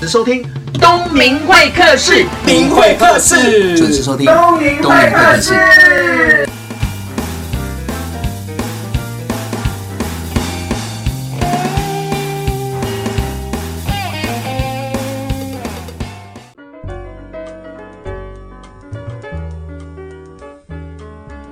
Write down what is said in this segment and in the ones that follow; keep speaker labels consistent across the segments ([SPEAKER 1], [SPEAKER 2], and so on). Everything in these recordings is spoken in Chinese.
[SPEAKER 1] 时收听东明会客室，
[SPEAKER 2] 明会客室，
[SPEAKER 3] 准时收听
[SPEAKER 1] 东明会客室。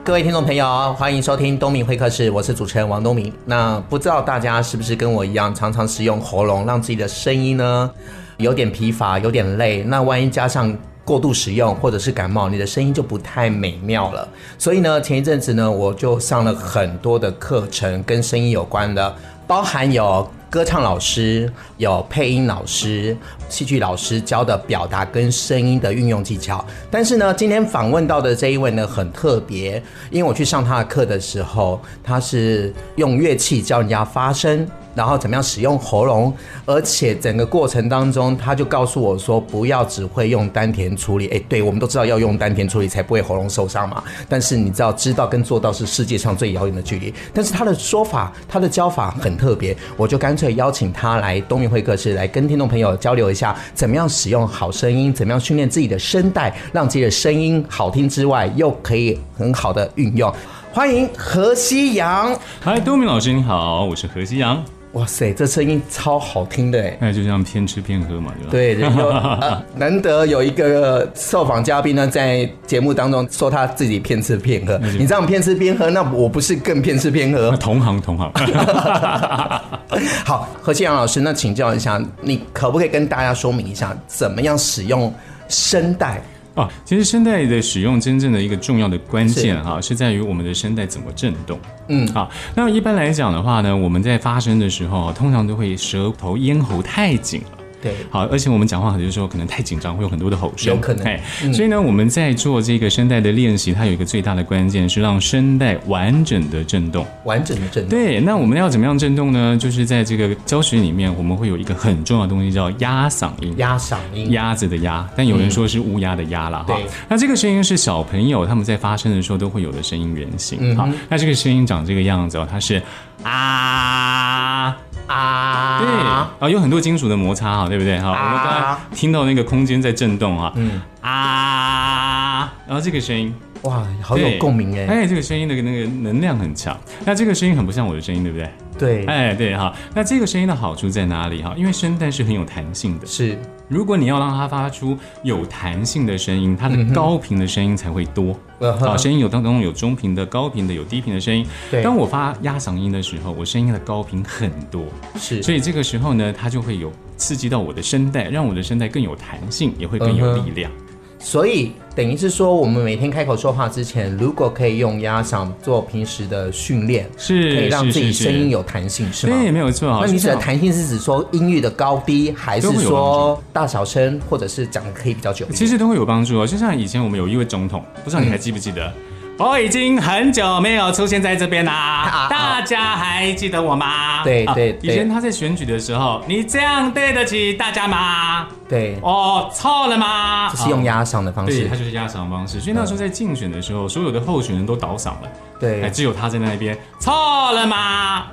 [SPEAKER 2] 各位听众朋友，欢迎收听东明会客室，我是主持人王东明。那不知道大家是不是跟我一样，常常使用喉咙让自己的声音呢有点疲乏，有点累？那万一加上过度使用或者是感冒，你的声音就不太美妙了。所以呢，前一阵子呢，我就上了很多的课程跟声音有关的，包含有歌唱老师、有配音老师、戏剧老师教的表达跟声音的运用技巧。但是呢，今天访问到的这一位呢很特别，因为我去上他的课的时候，他是用乐器教人家发声，然后怎么样使用喉咙，而且整个过程当中，他就告诉我说，不要只会用丹田处理。哎，对，我们都知道要用丹田处理才不会喉咙受伤嘛。但是你知道，知道跟做到是世界上最遥远的距离。但是他的说法，他的教法很特别，我就干脆邀请他来东明会客室，来跟听众朋友交流一下，怎么样使用好声音，怎么样训练自己的声带，让自己的声音好听之外，又可以很好的运用。欢迎何西洋。
[SPEAKER 4] 嗨，东明老师你好，我是何西洋。
[SPEAKER 2] 哇塞，这声音超好听的哎！
[SPEAKER 4] 哎，就这样偏吃偏喝嘛，对吧？。
[SPEAKER 2] 对， 然后、呃、难得有一个受访嘉宾呢，在节目当中说他自己骗吃骗喝，你这样骗吃骗喝，那我不是更骗吃骗喝
[SPEAKER 4] 那？同行同行，
[SPEAKER 2] 好，何庆阳老师，那请教一下，你可不可以跟大家说明一下，怎么样使用声带？
[SPEAKER 4] 啊，其实声带的使用真正的一个重要的关键哈、是在于我们的声带怎么震动。嗯，啊，那一般来讲的话呢，我们在发声的时候，通常都会舌头咽喉太紧了。
[SPEAKER 2] 对
[SPEAKER 4] 好，而且我们讲话很多时候可能太紧张，会有很多的吼声，
[SPEAKER 2] 有可能嗯
[SPEAKER 4] 哎，所以呢，我们在做这个声带的练习，它有一个最大的关键是让声带完整的震动。
[SPEAKER 2] 完整的震动，
[SPEAKER 4] 对，那我们要怎么样震动呢？就是在这个教学里面，我们会有一个很重要的东西叫压嗓音。
[SPEAKER 2] 压嗓音，
[SPEAKER 4] 鸭子的鸭，但有人说是乌鸦的鸦啦哈
[SPEAKER 2] 对。
[SPEAKER 4] 那这个声音是小朋友他们在发声的时候都会有的声音原
[SPEAKER 2] 嗯
[SPEAKER 4] 型哈。那这个声音长这个样子哦，它是啊。
[SPEAKER 2] 啊，啊
[SPEAKER 4] 对啊，有很多金属的摩擦哈，对不对哈？我们刚才听到那个空间在震动哈，嗯啊，然后这个声音
[SPEAKER 2] 哇，好有
[SPEAKER 4] 对
[SPEAKER 2] 共鸣哎，
[SPEAKER 4] 哎，这个声音的那个能量很强。那这个声音很不像我的声音，对不对？
[SPEAKER 2] 对，
[SPEAKER 4] 哎，对哈，那这个声音的好处在哪里哈？因为声带是很有弹性的，
[SPEAKER 2] 是
[SPEAKER 4] 如果你要让它发出有弹性的声音，它的高频的声音才会多。
[SPEAKER 2] 嗯哼
[SPEAKER 4] 啊，声音有当中有中频的、高频的、有低频的声音
[SPEAKER 2] 对。
[SPEAKER 4] 当我发压嗓音的时候，我声音的高频很多，
[SPEAKER 2] 是，
[SPEAKER 4] 所以这个时候呢，它就会有刺激到我的声带，让我的声带更有弹性，也会更有
[SPEAKER 2] 嗯哼
[SPEAKER 4] 力量。
[SPEAKER 2] 所以等于是说，我们每天开口说话之前，如果可以用压嗓做平时的训练，
[SPEAKER 4] 是
[SPEAKER 2] 可以让
[SPEAKER 4] 是
[SPEAKER 2] 自己
[SPEAKER 4] 是是
[SPEAKER 2] 声音有弹性，是吗？
[SPEAKER 4] 对，没有错啊。
[SPEAKER 2] 那你指
[SPEAKER 4] 是
[SPEAKER 2] 的弹性是指说音域的高低，还是
[SPEAKER 4] 都会有
[SPEAKER 2] 说大小声，或者是讲的可以比较久一点？
[SPEAKER 4] 其实都会有帮助哦。就像以前我们有一位总统，不知道你还记不记
[SPEAKER 2] 嗯
[SPEAKER 4] 得？我已经很久没有出现在这边啦、
[SPEAKER 2] 啊
[SPEAKER 4] 大家还记得我吗？
[SPEAKER 2] 对对
[SPEAKER 4] 啊
[SPEAKER 2] 对
[SPEAKER 4] 以前他在选举的时候，你这样对得起大家吗？
[SPEAKER 2] 对，
[SPEAKER 4] 哦，错了吗？
[SPEAKER 2] 就是用
[SPEAKER 4] 啊
[SPEAKER 2] 压嗓的方
[SPEAKER 4] 对，
[SPEAKER 2] 式
[SPEAKER 4] 他。就是压嗓方式。所以那时候在竞选的时候，所有的候选人都倒嗓了，哎，
[SPEAKER 2] 对，
[SPEAKER 4] 只有他在那边错了吗？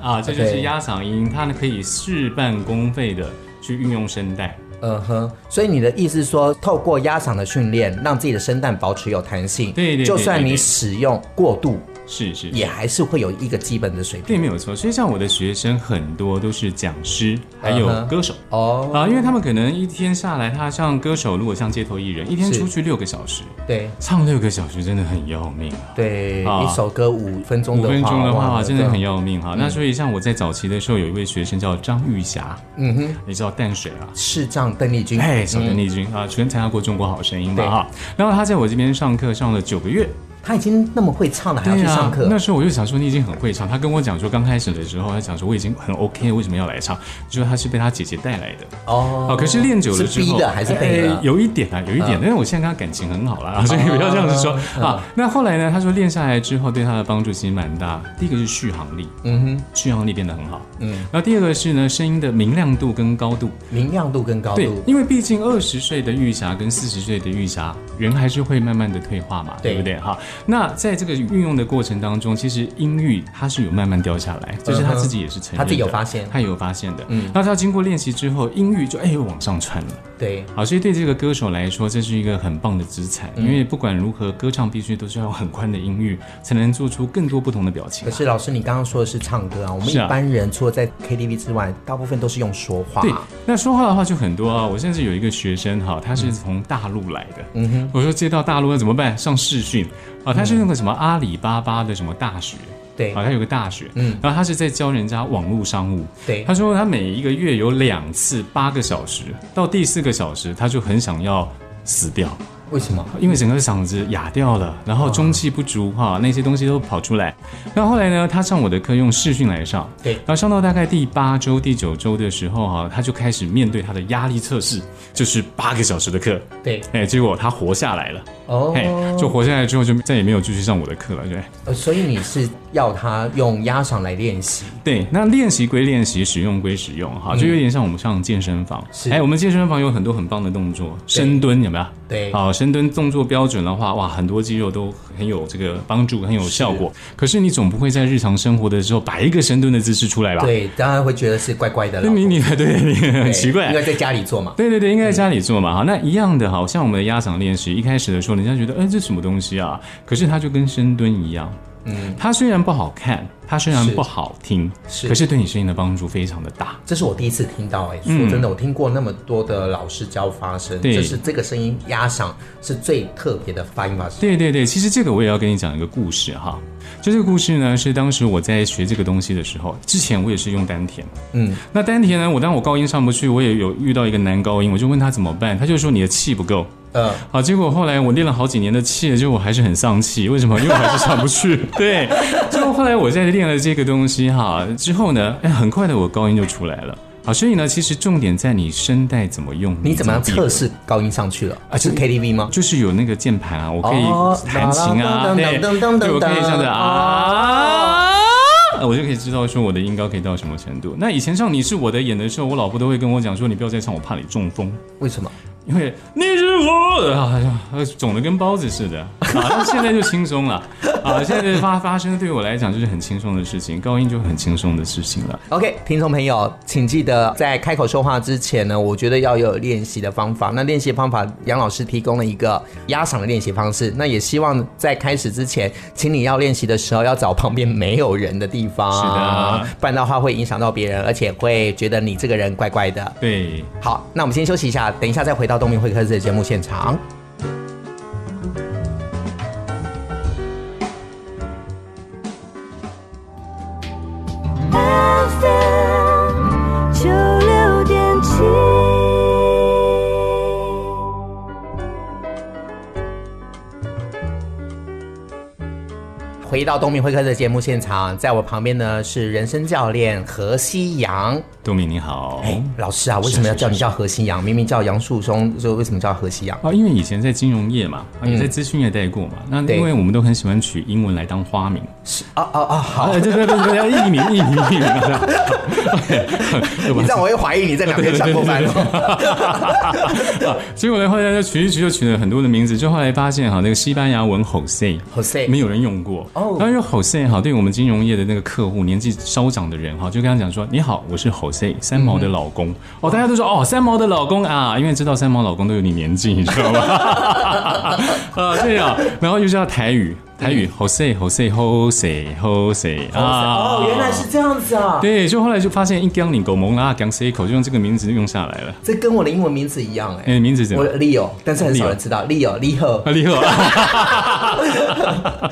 [SPEAKER 4] 啊，这就
[SPEAKER 2] 对
[SPEAKER 4] 是压嗓音，他呢可以事半功倍的去运用声带。
[SPEAKER 2] 嗯哼。所以你的意思是说，透过压嗓的训练，让自己的声带保持有弹性。
[SPEAKER 4] 对对对
[SPEAKER 2] 就算
[SPEAKER 4] 对对
[SPEAKER 2] 你使用过度，
[SPEAKER 4] 是是，是
[SPEAKER 2] 也还是会有一个基本的水平。
[SPEAKER 4] 对，没有错。所以像我的学生很多都是讲师，还有
[SPEAKER 2] 嗯哼
[SPEAKER 4] 歌手。
[SPEAKER 2] 哦，
[SPEAKER 4] 啊，因为他们可能一天下来，他像歌手，如果像街头艺人，一天
[SPEAKER 2] 是
[SPEAKER 4] 出去六个小时，
[SPEAKER 2] 对
[SPEAKER 4] 唱六个小时真的很要命啊。
[SPEAKER 2] 对，
[SPEAKER 4] 啊
[SPEAKER 2] 一首歌五分钟
[SPEAKER 4] 五
[SPEAKER 2] 的话，
[SPEAKER 4] 分钟的
[SPEAKER 2] 哇
[SPEAKER 4] 话真的很
[SPEAKER 2] 对
[SPEAKER 4] 要命哈。那所以像我在早期的时候，有一位学生叫张玉霞，
[SPEAKER 2] 嗯哼。
[SPEAKER 4] 你知道淡水啊，
[SPEAKER 2] 视障邓丽君，
[SPEAKER 4] 哎，小邓丽君啊，全参加过《中国好声音》
[SPEAKER 2] 对
[SPEAKER 4] 嘛哈。然后她在我这边上课上了九个月，
[SPEAKER 2] 她已经那么会唱了，还要
[SPEAKER 4] 对
[SPEAKER 2] 去
[SPEAKER 4] 呀，
[SPEAKER 2] 上课
[SPEAKER 4] 那，时候我就想说你已经很会唱，他跟我讲说刚开始的时候，他讲说我已经很 OK，为什么要来唱？就说他是被他姐姐带来的。
[SPEAKER 2] 哦
[SPEAKER 4] 哦，可是练久了之
[SPEAKER 2] 是
[SPEAKER 4] 后，
[SPEAKER 2] 逼的还是被
[SPEAKER 4] 哎
[SPEAKER 2] 的？嗯
[SPEAKER 4] 有一点啊，有一点，但是我现在跟他感情很好啦，所以 不要这样子说啊。那后来呢？他说练下来之后，对他的帮助其实蛮大。第一个是续航力，
[SPEAKER 2] 嗯哼，
[SPEAKER 4] 续航力变得很好。嗯，然后第二个是呢，声音的明亮度跟高度。
[SPEAKER 2] 明亮度跟高
[SPEAKER 4] 对
[SPEAKER 2] 度，，
[SPEAKER 4] 因为毕竟二十岁的玉霞跟四十岁的玉霞，人还是会慢慢的退化嘛，
[SPEAKER 2] 对
[SPEAKER 4] 对不对哈？那在这个运用的过程当中，其实音域它是有慢慢掉下来，就是他自己也是承
[SPEAKER 2] 嗯
[SPEAKER 4] 认的，
[SPEAKER 2] 他自己有发现
[SPEAKER 4] 他也有发现的。嗯，那他经过练习之后，音域就哎又往上窜了。
[SPEAKER 2] 对，
[SPEAKER 4] 好，所以对这个歌手来说，这是一个很棒的资产，
[SPEAKER 2] 嗯
[SPEAKER 4] 因为不管如何，歌唱必须都是要有很宽的音域，才能做出更多不同的表情
[SPEAKER 2] 可
[SPEAKER 4] 啊、
[SPEAKER 2] 是老师，你刚刚说的是唱歌啊，我们一
[SPEAKER 4] 是啊
[SPEAKER 2] 般人除了在 KTV 之外，大部分都是用说话。
[SPEAKER 4] 对，那说话的话就很多啊。我甚至有一个学生哈，他是从大陆来的，嗯哼，我说接到大陆要怎么办？上视讯啊，他是那个什么阿里巴巴的什么大学。
[SPEAKER 2] 对
[SPEAKER 4] 啊，他有个大学，
[SPEAKER 2] 嗯
[SPEAKER 4] 嗯，然后他是在教人家网络商务，
[SPEAKER 2] 对
[SPEAKER 4] 他说他每一个月有两次八个小时，到第四个小时他就很想要死掉，
[SPEAKER 2] 为什么？
[SPEAKER 4] 因为整个嗓子哑掉了，然后中气不足哈、
[SPEAKER 2] 嗯
[SPEAKER 4] 那些东西都跑出来。那后来呢，他上我的课用视讯来上，
[SPEAKER 2] 对
[SPEAKER 4] 然后上到大概第八周、第九周的时候哈、他就开始面对他的压力测试，就是八个小时的课，
[SPEAKER 2] 对，
[SPEAKER 4] 哎，结果他活下来了，
[SPEAKER 2] 哦，
[SPEAKER 4] 哎，就活下来之后就再也没有继续上我的课了，对。
[SPEAKER 2] 呃所以你是要他用压嗓来练习，
[SPEAKER 4] 对，那练习归练习，使用归使用，哈，就有点像我们上健身房。
[SPEAKER 2] 嗯是
[SPEAKER 4] 哎，我们健身房有很多很棒的动作，深蹲有没有？
[SPEAKER 2] 对
[SPEAKER 4] 好、哦深蹲动作标准的话，哇，很多肌肉都很有这个帮助，很有效果。可是你总不会在日常生活的时候摆一个深蹲的姿势出来吧？，
[SPEAKER 2] 对，当然会觉得是怪怪的
[SPEAKER 4] 那
[SPEAKER 2] 了。
[SPEAKER 4] 你你对你很
[SPEAKER 2] 对
[SPEAKER 4] 奇怪
[SPEAKER 2] 因，为在家里做嘛。
[SPEAKER 4] 对对对，应该在家里做嘛。好，那一样的，好像我们的压嗓练习，一开始的时候，人家觉得，哎，这什么东西啊？可是它就跟深蹲一样，嗯，它虽然不好看，它虽然
[SPEAKER 2] 是
[SPEAKER 4] 不好听，
[SPEAKER 2] 是
[SPEAKER 4] 可是对你声音的帮助非常的大。
[SPEAKER 2] 这是我第一次听到哎、说真的，我听过那么多的老师教发声，
[SPEAKER 4] 对
[SPEAKER 2] 就是这个声音压嗓是最特别的发音方式。
[SPEAKER 4] 对对对，其实这个我也要跟你讲一个故事哈。就这个故事呢，是当时我在学这个东西的时候，之前我也是用丹田。
[SPEAKER 2] 嗯，
[SPEAKER 4] 那丹田呢，我当我高音上不去，我也有遇到一个男高音，我就问他怎么办，他就说你的气不够。
[SPEAKER 2] 呃，
[SPEAKER 4] 好，结果后来我练了好几年的气了，结果我还是很丧气，为什么？因为我还是上不去。 对，最后后来我在练了这个东西哈之后呢，哎，很快的我高音就出来了。好，所以呢，其实重点在你声带怎么用，
[SPEAKER 2] 你怎么样
[SPEAKER 4] 避
[SPEAKER 2] 测试高音上去了？啊、是 KTV 吗？
[SPEAKER 4] 就是有那个键盘啊，我可
[SPEAKER 2] 哦
[SPEAKER 4] 以弹琴啊，
[SPEAKER 2] 噔
[SPEAKER 4] 对，
[SPEAKER 2] 噔噔噔噔哦
[SPEAKER 4] 对，我可以这样子啊。呃我就可以知道说我的音高可以到什么程度。那以前上你是我的演的时候，我老婆都会跟我讲说，你不要再唱，我怕你中风，
[SPEAKER 2] 为什么？
[SPEAKER 4] 因为你是我的啊，呃肿的跟包子似的啊。那现在就轻松了啊，现在发发生对我来讲就是很轻松的事情，高音就很轻松的事情了。
[SPEAKER 2] OK，听众朋友，请记得在开口说话之前呢，我觉得要有练习的方法。那练习方法，杨老师提供了一个压嗓的练习方式。那也希望在开始之前，请你要练习的时候，要找旁边没有人的地方，
[SPEAKER 4] 是的
[SPEAKER 2] 不然的话会影响到别人，而且会觉得你这个人怪怪的。
[SPEAKER 4] 对。
[SPEAKER 2] 好，那我们先休息一下，等一下再回到东明会客室的节目现场。
[SPEAKER 3] FM 九六点七。
[SPEAKER 2] 回到东明会客室的节目现场，在我旁边呢是人生教练何西阳。
[SPEAKER 4] 杜敏你好，
[SPEAKER 2] 哎，老师啊，为什么要叫你叫何西阳？明明叫杨树松，就为什么叫何西阳？
[SPEAKER 4] 啊，因为以前在金融业嘛，啊也在资讯业待过嘛，那
[SPEAKER 2] 嗯对
[SPEAKER 4] 因为我们都很喜欢取英文来当花名，
[SPEAKER 2] 啊啊啊！好，
[SPEAKER 4] 哎，对对对对，要艺名艺名艺名，啊
[SPEAKER 2] 你
[SPEAKER 4] 对
[SPEAKER 2] 知
[SPEAKER 4] 吧？
[SPEAKER 2] 道我会怀疑你在两边上过班 哦。
[SPEAKER 4] 结果呢，后来就取一取，就取了很多的名字，就后来发现哈，那个西班牙文 Jose。
[SPEAKER 2] Jose，
[SPEAKER 4] 没有人用过
[SPEAKER 2] 哦
[SPEAKER 4] 然后用 Jose 哈，对我们金融业的那个客户，年纪稍长的人哈，就跟他讲说：“你好，我是 Jose 三毛的老
[SPEAKER 2] 嗯
[SPEAKER 4] 公。哦，大家都说：“哦，三毛的老公啊，因为知道三毛老公都有点年纪，你知道吗？ 啊，对啊，然后又叫台语，台语 Jose Jose Jose Jose
[SPEAKER 2] 嗯哦，原来是这样子啊！
[SPEAKER 4] 啊对，就后来就发现一哎江你狗萌啦，江 C 口就用这个名字用下来了。
[SPEAKER 2] 这跟我的英文名字一样
[SPEAKER 4] 哎、
[SPEAKER 2] 哎，
[SPEAKER 4] 名字怎么
[SPEAKER 2] 我？Leo，但是很少人知道 Leo Leo。
[SPEAKER 4] 啊，厉 害啊！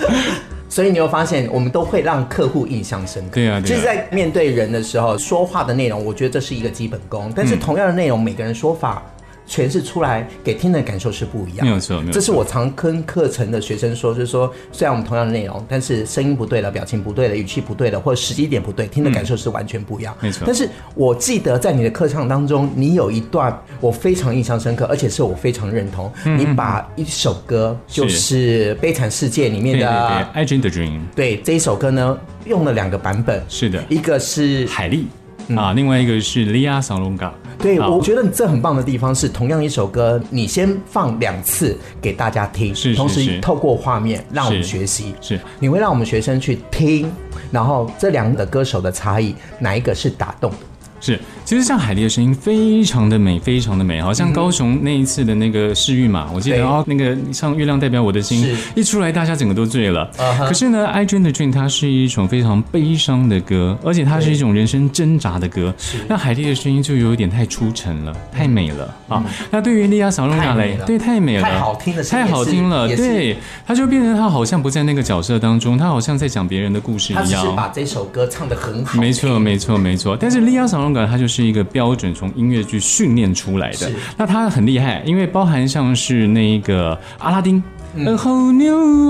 [SPEAKER 2] 所以你有发现，我们都会让客户印象深刻。
[SPEAKER 4] 对啊对啊
[SPEAKER 2] 就是在面对人的时候，说话的内容，我觉得这是一个基本功。但是同样的内容，每个人说法诠释出来给听的感受是不一样。
[SPEAKER 4] 没有错没有错
[SPEAKER 2] 这是我常跟课程的学生说，就是说，虽然我们同样的内容，但是声音不对了，表情不对了，语气不对了，或者时机点不对，听的感受是完全不一样。
[SPEAKER 4] 嗯没错
[SPEAKER 2] 但是我记得在你的课唱当中，你有一段我非常印象深刻，而且是我非常认同。
[SPEAKER 4] 嗯
[SPEAKER 2] 你把一首歌，就是《悲惨世界》里面
[SPEAKER 4] 对对
[SPEAKER 2] 的
[SPEAKER 4] 对，I Dream the Dream，
[SPEAKER 2] 对这一首歌呢，用了两个版本，
[SPEAKER 4] 是的
[SPEAKER 2] 一个是
[SPEAKER 4] 海丽，
[SPEAKER 2] 嗯
[SPEAKER 4] 啊，另外一个是 Lia Salonga。
[SPEAKER 2] 对，
[SPEAKER 4] 啊
[SPEAKER 2] 我觉得你这很棒的地方是，同样一首歌，你先放两次给大家听，
[SPEAKER 4] 是是
[SPEAKER 2] 同时
[SPEAKER 4] 是
[SPEAKER 2] 透过画面让我们
[SPEAKER 4] 是
[SPEAKER 2] 学习，
[SPEAKER 4] 是
[SPEAKER 2] 你会让我们学生去听，然后这两个歌手的差异，哪一个是打动的？
[SPEAKER 4] 是，其实像海蒂的声音非常的美，非常的美，好像高雄那一次的那个试运嘛，我记
[SPEAKER 2] 嗯
[SPEAKER 4] 得
[SPEAKER 2] 对
[SPEAKER 4] 哦，那个像《月亮代表我的心
[SPEAKER 2] 是》
[SPEAKER 4] 一出来，大家整个都醉了。
[SPEAKER 2] 啊哈
[SPEAKER 4] 可是呢，《I Dream 的 Dream》它是一种非常悲伤的歌，而且它是一种人生挣扎的歌。那海蒂的声音就有一点太出尘了，太美了啊。那对于莉亚·小
[SPEAKER 2] 嗯
[SPEAKER 4] 龙
[SPEAKER 2] 太
[SPEAKER 4] 娜
[SPEAKER 2] 美
[SPEAKER 4] 嘞
[SPEAKER 2] 了，
[SPEAKER 4] 对，太美了，
[SPEAKER 2] 太好听了
[SPEAKER 4] 太好听了，
[SPEAKER 2] 也是也是
[SPEAKER 4] 对，他就变成他好像不在那个角色当中，他好像在讲别人的故事一
[SPEAKER 2] 他
[SPEAKER 4] 样。
[SPEAKER 2] 只是把这首歌唱得很好，
[SPEAKER 4] 没错，没错，没错。但是利亚赏龙感它就是一个标准从音乐剧训练出来的
[SPEAKER 2] 是，
[SPEAKER 4] 那它很厉害，因为包含像是那个阿拉丁。A whole new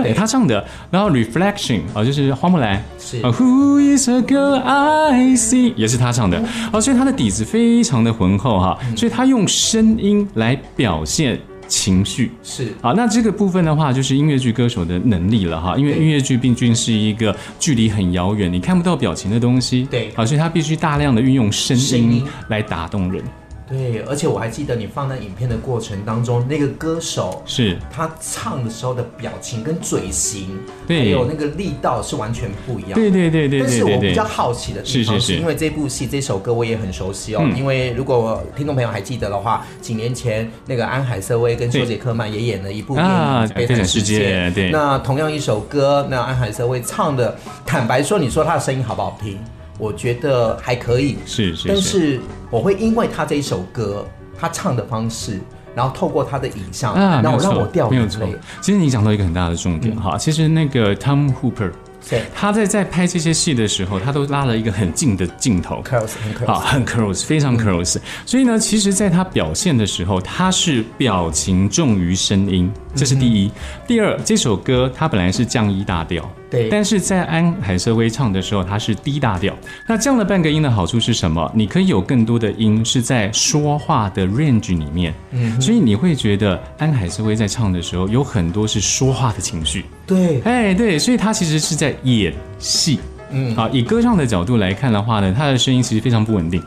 [SPEAKER 2] 嗯
[SPEAKER 4] 哎
[SPEAKER 2] 对
[SPEAKER 4] 他唱的，然后 Reflection 啊、就是花木兰，
[SPEAKER 2] 是
[SPEAKER 4] 啊 Who is a girl I see 也是他唱的，啊，所以他的底子非常的浑厚哈，
[SPEAKER 2] 嗯
[SPEAKER 4] 所以他用声音来表现情绪，
[SPEAKER 2] 是
[SPEAKER 4] 好，那这个部分的话，就是音乐剧歌手的能力了哈，因为
[SPEAKER 2] 对
[SPEAKER 4] 音乐剧毕竟是一个距离很遥远，你看不到表情的东西，
[SPEAKER 2] 对
[SPEAKER 4] 好，所以他必须大量的运用声
[SPEAKER 2] 声
[SPEAKER 4] 音
[SPEAKER 2] 音
[SPEAKER 4] 来打动人，
[SPEAKER 2] 对，而且我还记得你放在影片的过程当中，那个歌手
[SPEAKER 4] 是
[SPEAKER 2] 他唱的时候的表情跟嘴型，
[SPEAKER 4] 对
[SPEAKER 2] 还有那个力道是完全不一样的。
[SPEAKER 4] 对对对对
[SPEAKER 2] 但
[SPEAKER 4] 对
[SPEAKER 2] 是
[SPEAKER 4] 对
[SPEAKER 2] 我比
[SPEAKER 4] 对
[SPEAKER 2] 较，好奇的地方，
[SPEAKER 4] 是是是
[SPEAKER 2] 是因为这部戏这首歌我也很熟悉哦。
[SPEAKER 4] 嗯
[SPEAKER 2] 因为如果听众朋友还记得的话，几年前那个安海瑟薇跟
[SPEAKER 4] 对
[SPEAKER 2] 休杰克曼也演了一部电影
[SPEAKER 4] 啊
[SPEAKER 2] 《悲惨世
[SPEAKER 4] 悲惨
[SPEAKER 2] 界
[SPEAKER 4] 世》界对
[SPEAKER 2] 那同样一首歌，那安海瑟薇唱的，坦白说，你说她的声音好不好听？我觉得还可以，
[SPEAKER 4] 是是
[SPEAKER 2] 但
[SPEAKER 4] 是。
[SPEAKER 2] 是我会因为她这一首歌，她唱的方式，然后透过她的影像，
[SPEAKER 4] 啊，没
[SPEAKER 2] 让
[SPEAKER 4] 有
[SPEAKER 2] 我让我
[SPEAKER 4] 错，
[SPEAKER 2] 掉
[SPEAKER 4] 没有
[SPEAKER 2] 眼
[SPEAKER 4] 错
[SPEAKER 2] 泪。。
[SPEAKER 4] 其实你讲到一个很大的重点哈，其实那个 Tom Hooper，
[SPEAKER 2] 对
[SPEAKER 4] 他在在拍这些戏的时候，他都拉了一个很近的镜头，
[SPEAKER 2] ，curls and
[SPEAKER 4] 啊，
[SPEAKER 2] curls，
[SPEAKER 4] 很 close，非嗯常 close。所以呢，其实在他表现的时候，他是表情重于声音，这是第一。第二，这首歌它本来是降一大调。
[SPEAKER 2] 对
[SPEAKER 4] 但是在安海瑟薇唱的时候，它是低大调。那降了半个音的好处是什么？你可以有更多的音是在说话的 range 里面，嗯，所以你会觉得安海瑟薇在唱的时候有很多是说话的情绪，
[SPEAKER 2] 对，
[SPEAKER 4] 哎，对，所以他其实是在演戏。嗯，啊，以歌唱的角度来看的话呢，他的声音其实非常不稳定。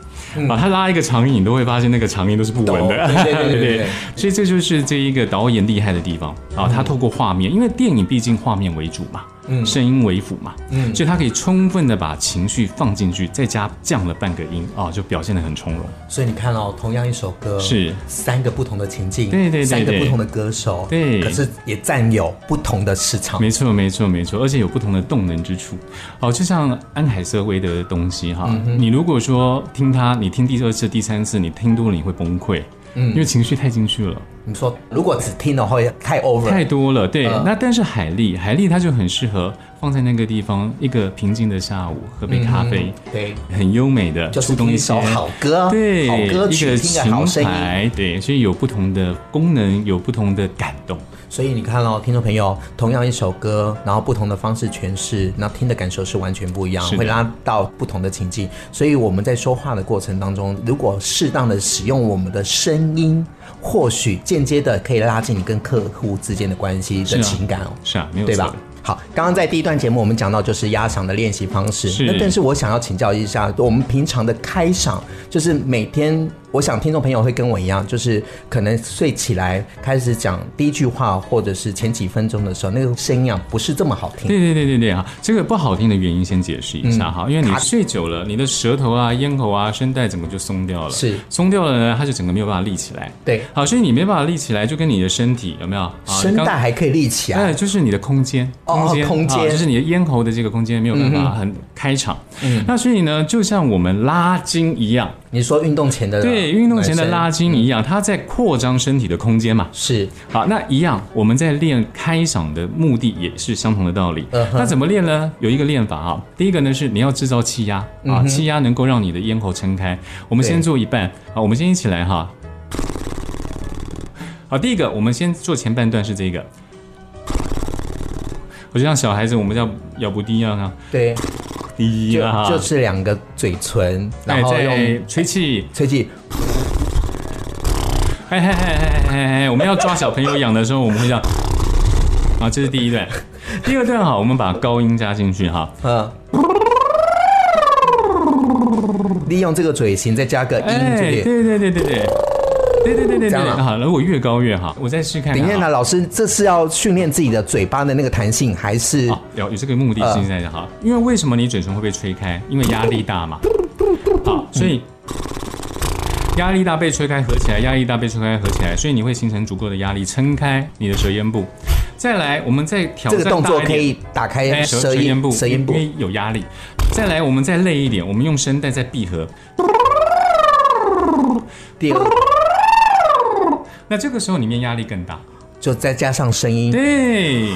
[SPEAKER 4] 啊，他拉一个长音，你都会发现那个长音都是不稳的。
[SPEAKER 2] 嗯哦懂对对对对对
[SPEAKER 4] 所以这就是这一个导演厉害的地方啊，他透过画面，因为电影毕竟画面为主嘛，嗯，声音为辅嘛，嗯，所以他可以充分的把情绪放进去，再加降了半个音啊，就表现的很从容。
[SPEAKER 2] 所以你看哦，同样一首歌，
[SPEAKER 4] 是
[SPEAKER 2] 三个不同的情境，
[SPEAKER 4] 对对对
[SPEAKER 2] 三个
[SPEAKER 4] 对
[SPEAKER 2] 不同的歌手，
[SPEAKER 4] 对
[SPEAKER 2] 可是也占有不同的市场。
[SPEAKER 4] 没错，没错，没错，而且有不同的动能之处。好，就像安海瑟薇的东西哈，
[SPEAKER 2] 嗯
[SPEAKER 4] 你如果说听他，你听第二次、第三次，你听多了你会崩溃，
[SPEAKER 2] 嗯
[SPEAKER 4] 因为情绪太进去了，
[SPEAKER 2] 你说如果只听的话，太 over，
[SPEAKER 4] 太多了。对，
[SPEAKER 2] 嗯
[SPEAKER 4] 那但是海丽，海丽她就很适合放在那个地方，一个平静的下午，喝杯咖啡，
[SPEAKER 2] 对，
[SPEAKER 4] 很优美的，
[SPEAKER 2] 嗯就是
[SPEAKER 4] 触动
[SPEAKER 2] 听一
[SPEAKER 4] 些
[SPEAKER 2] 首好歌，
[SPEAKER 4] 对，
[SPEAKER 2] 好歌
[SPEAKER 4] 一个
[SPEAKER 2] 曲，听个好声
[SPEAKER 4] 情
[SPEAKER 2] 音。
[SPEAKER 4] 怀，对，所以有不同的功能，有不同的感动。
[SPEAKER 2] 所以你看哦，听众朋友，同样一首歌，然后不同的方式诠释，那听的感受是完全不一样
[SPEAKER 4] 是，的
[SPEAKER 2] 会拉到不同的情境。所以我们在说话的过程当中，如果适当的使用我们的声音，或许间接的可以拉近你跟客户之间的关系
[SPEAKER 4] 是
[SPEAKER 2] 的
[SPEAKER 4] 啊
[SPEAKER 2] 情感哦。
[SPEAKER 4] 是啊，没有
[SPEAKER 2] 对
[SPEAKER 4] 错
[SPEAKER 2] 吧
[SPEAKER 4] 的。？
[SPEAKER 2] 好，刚刚在第一段节目我们讲到就是压嗓的练习方式，
[SPEAKER 4] 是
[SPEAKER 2] 那但是我想要请教一下，我们平常的开嗓，就是每天，我想听众朋友会跟我一样，就是可能睡起来开始讲第一句话，或者是前几分钟的时候，那个声音啊不是这么好听，
[SPEAKER 4] 对对对对对啊！这个不好听的原因先解释一下哈，因为你睡久了，你的舌头啊、咽喉啊、声带整个就松掉了，
[SPEAKER 2] 是
[SPEAKER 4] 松掉了呢，它就整个没有办法立起来。
[SPEAKER 2] 对，
[SPEAKER 4] 好，所以你没办法立起来，就跟你的身体有没有？啊
[SPEAKER 2] 声带还可以立起来，
[SPEAKER 4] 哎，就是你的空间，
[SPEAKER 2] 哦
[SPEAKER 4] 空间，
[SPEAKER 2] 哦空间
[SPEAKER 4] 啊就是你的咽喉的这个空间没有办法很开场。那所以呢，就像我们拉筋一样，
[SPEAKER 2] 你说运动前的
[SPEAKER 4] 对，运动前的拉
[SPEAKER 2] 男生
[SPEAKER 4] 筋一样，它在扩张身体的空间嘛。
[SPEAKER 2] 是
[SPEAKER 4] 好，那一样，我们在练开嗓的目的也是相同的道理。
[SPEAKER 2] 嗯哼
[SPEAKER 4] 那怎么练呢？有一个练法啊，第一个呢是你要制造气压
[SPEAKER 2] 嗯
[SPEAKER 4] 啊，气压能够让你的咽喉撑开。我们
[SPEAKER 2] 对
[SPEAKER 4] 先做一半啊，我们先一起来哈。好，第一个我们先做前半段是这个，我就像小孩子，我们叫咬不低一样啊，
[SPEAKER 2] 对，
[SPEAKER 4] 低
[SPEAKER 2] 就
[SPEAKER 4] 啊，
[SPEAKER 2] 就是两个嘴唇，
[SPEAKER 4] 哎
[SPEAKER 2] 然后
[SPEAKER 4] 在
[SPEAKER 2] 用
[SPEAKER 4] 吹气，
[SPEAKER 2] 吹气，
[SPEAKER 4] 哎哎哎哎哎哎！我们要抓小朋友痒的时候，我们会这样。啊，这是第一段，第二段哈，我们把高音加进去哈。
[SPEAKER 2] 嗯，利用这个嘴型再加个音，对不对？
[SPEAKER 4] 对哎对对对对对。对对对对
[SPEAKER 2] 这
[SPEAKER 4] 对，
[SPEAKER 2] 样啊
[SPEAKER 4] 好，如果越高越好，我再试看
[SPEAKER 2] 等一下
[SPEAKER 4] 看
[SPEAKER 2] 呢，
[SPEAKER 4] 啊。
[SPEAKER 2] 老师，这是要训练自己的嘴巴的那个弹性，还是
[SPEAKER 4] 好，哦有有这个目的性在的哈，
[SPEAKER 2] 嗯
[SPEAKER 4] 因为为什么你嘴唇会被吹开？因为压力大嘛。好，所以
[SPEAKER 2] 嗯
[SPEAKER 4] 压力大被吹开合起来，压力大被吹开合起来，所以你会形成足够的压力撑开你的舌咽部。再来，我们再挑
[SPEAKER 2] 这
[SPEAKER 4] 战
[SPEAKER 2] 个
[SPEAKER 4] 大
[SPEAKER 2] 动作
[SPEAKER 4] 一
[SPEAKER 2] 可
[SPEAKER 4] 点
[SPEAKER 2] 以打开
[SPEAKER 4] 哎
[SPEAKER 2] 舌
[SPEAKER 4] 咽
[SPEAKER 2] 音
[SPEAKER 4] 部，
[SPEAKER 2] 舌音部
[SPEAKER 4] 因？为有压力。再来，我们再累一点，我们用声带再闭合。哎
[SPEAKER 2] 第二
[SPEAKER 4] 那这个时候里面压力更大。
[SPEAKER 2] 就再加上声音，
[SPEAKER 4] 对，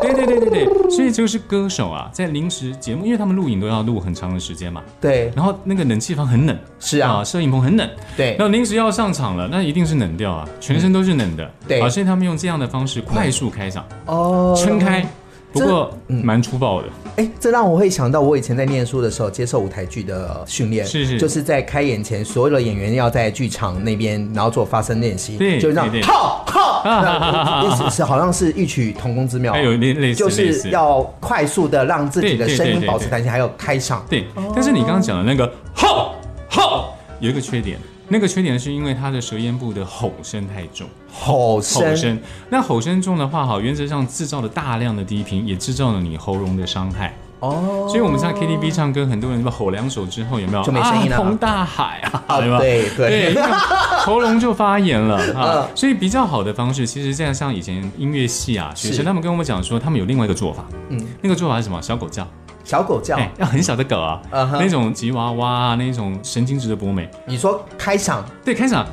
[SPEAKER 4] 对对对对对，所以就是歌手啊，在临时节目，因为他们录影都要录很长的时间嘛，
[SPEAKER 2] 对
[SPEAKER 4] 然后那个冷气房很冷，
[SPEAKER 2] 是啊
[SPEAKER 4] 摄影棚很冷，
[SPEAKER 2] 对
[SPEAKER 4] 那临时要上场了，那一定是冷掉啊，全身都是冷的，
[SPEAKER 2] 对
[SPEAKER 4] 啊，所以他们用这样的方式快速开场，
[SPEAKER 2] 哦
[SPEAKER 4] 撑开，不
[SPEAKER 2] 这
[SPEAKER 4] 过蛮粗暴的，
[SPEAKER 2] 哎，这让我会想到我以前在念书的时候接受舞台剧的训练，
[SPEAKER 4] 是是
[SPEAKER 2] 就是在开演前，所有的演员要在剧场那边，然后做发声练习，
[SPEAKER 4] 对
[SPEAKER 2] 就让
[SPEAKER 4] 对对
[SPEAKER 2] 哈哈， 那是是好像是异曲同工之妙
[SPEAKER 4] 还，有类类似
[SPEAKER 2] 就
[SPEAKER 4] 类
[SPEAKER 2] 是
[SPEAKER 4] 似。
[SPEAKER 2] 要快速的让自己的
[SPEAKER 4] 对对
[SPEAKER 2] 声音
[SPEAKER 4] 对对
[SPEAKER 2] 保持
[SPEAKER 4] 对
[SPEAKER 2] 弹性，还有开场，
[SPEAKER 4] 对，但是你刚刚讲的那个
[SPEAKER 2] 哦
[SPEAKER 4] 吼吼有一个缺点，那个缺点是因为它的舌咽部的吼声太重，
[SPEAKER 2] 吼
[SPEAKER 4] 吼
[SPEAKER 2] 声，
[SPEAKER 4] 声。那吼声重的话，好，原则上制造了大量的低频，也制造了你喉咙的伤害。
[SPEAKER 2] 哦，
[SPEAKER 4] 所以我们像 KTV 唱歌，很多人吼两首之后有没有
[SPEAKER 2] 就没声音了
[SPEAKER 4] 啊？洪大海啊，
[SPEAKER 2] 啊
[SPEAKER 4] 对吧？
[SPEAKER 2] 对对嗯
[SPEAKER 4] 对，那喉咙就发 炎了啊。所以比较好的方式，其实这样像以前音乐系啊，学
[SPEAKER 2] 是
[SPEAKER 4] 生他们跟我们讲说，他们有另外一个做法，嗯，那个做法是什么？小狗叫。
[SPEAKER 2] 小狗叫，
[SPEAKER 4] 哎，要很小的狗啊
[SPEAKER 2] 哦嗯哼
[SPEAKER 4] 那种吉娃娃啊，那种神经质的博美。
[SPEAKER 2] 你说开场，
[SPEAKER 4] 对，开场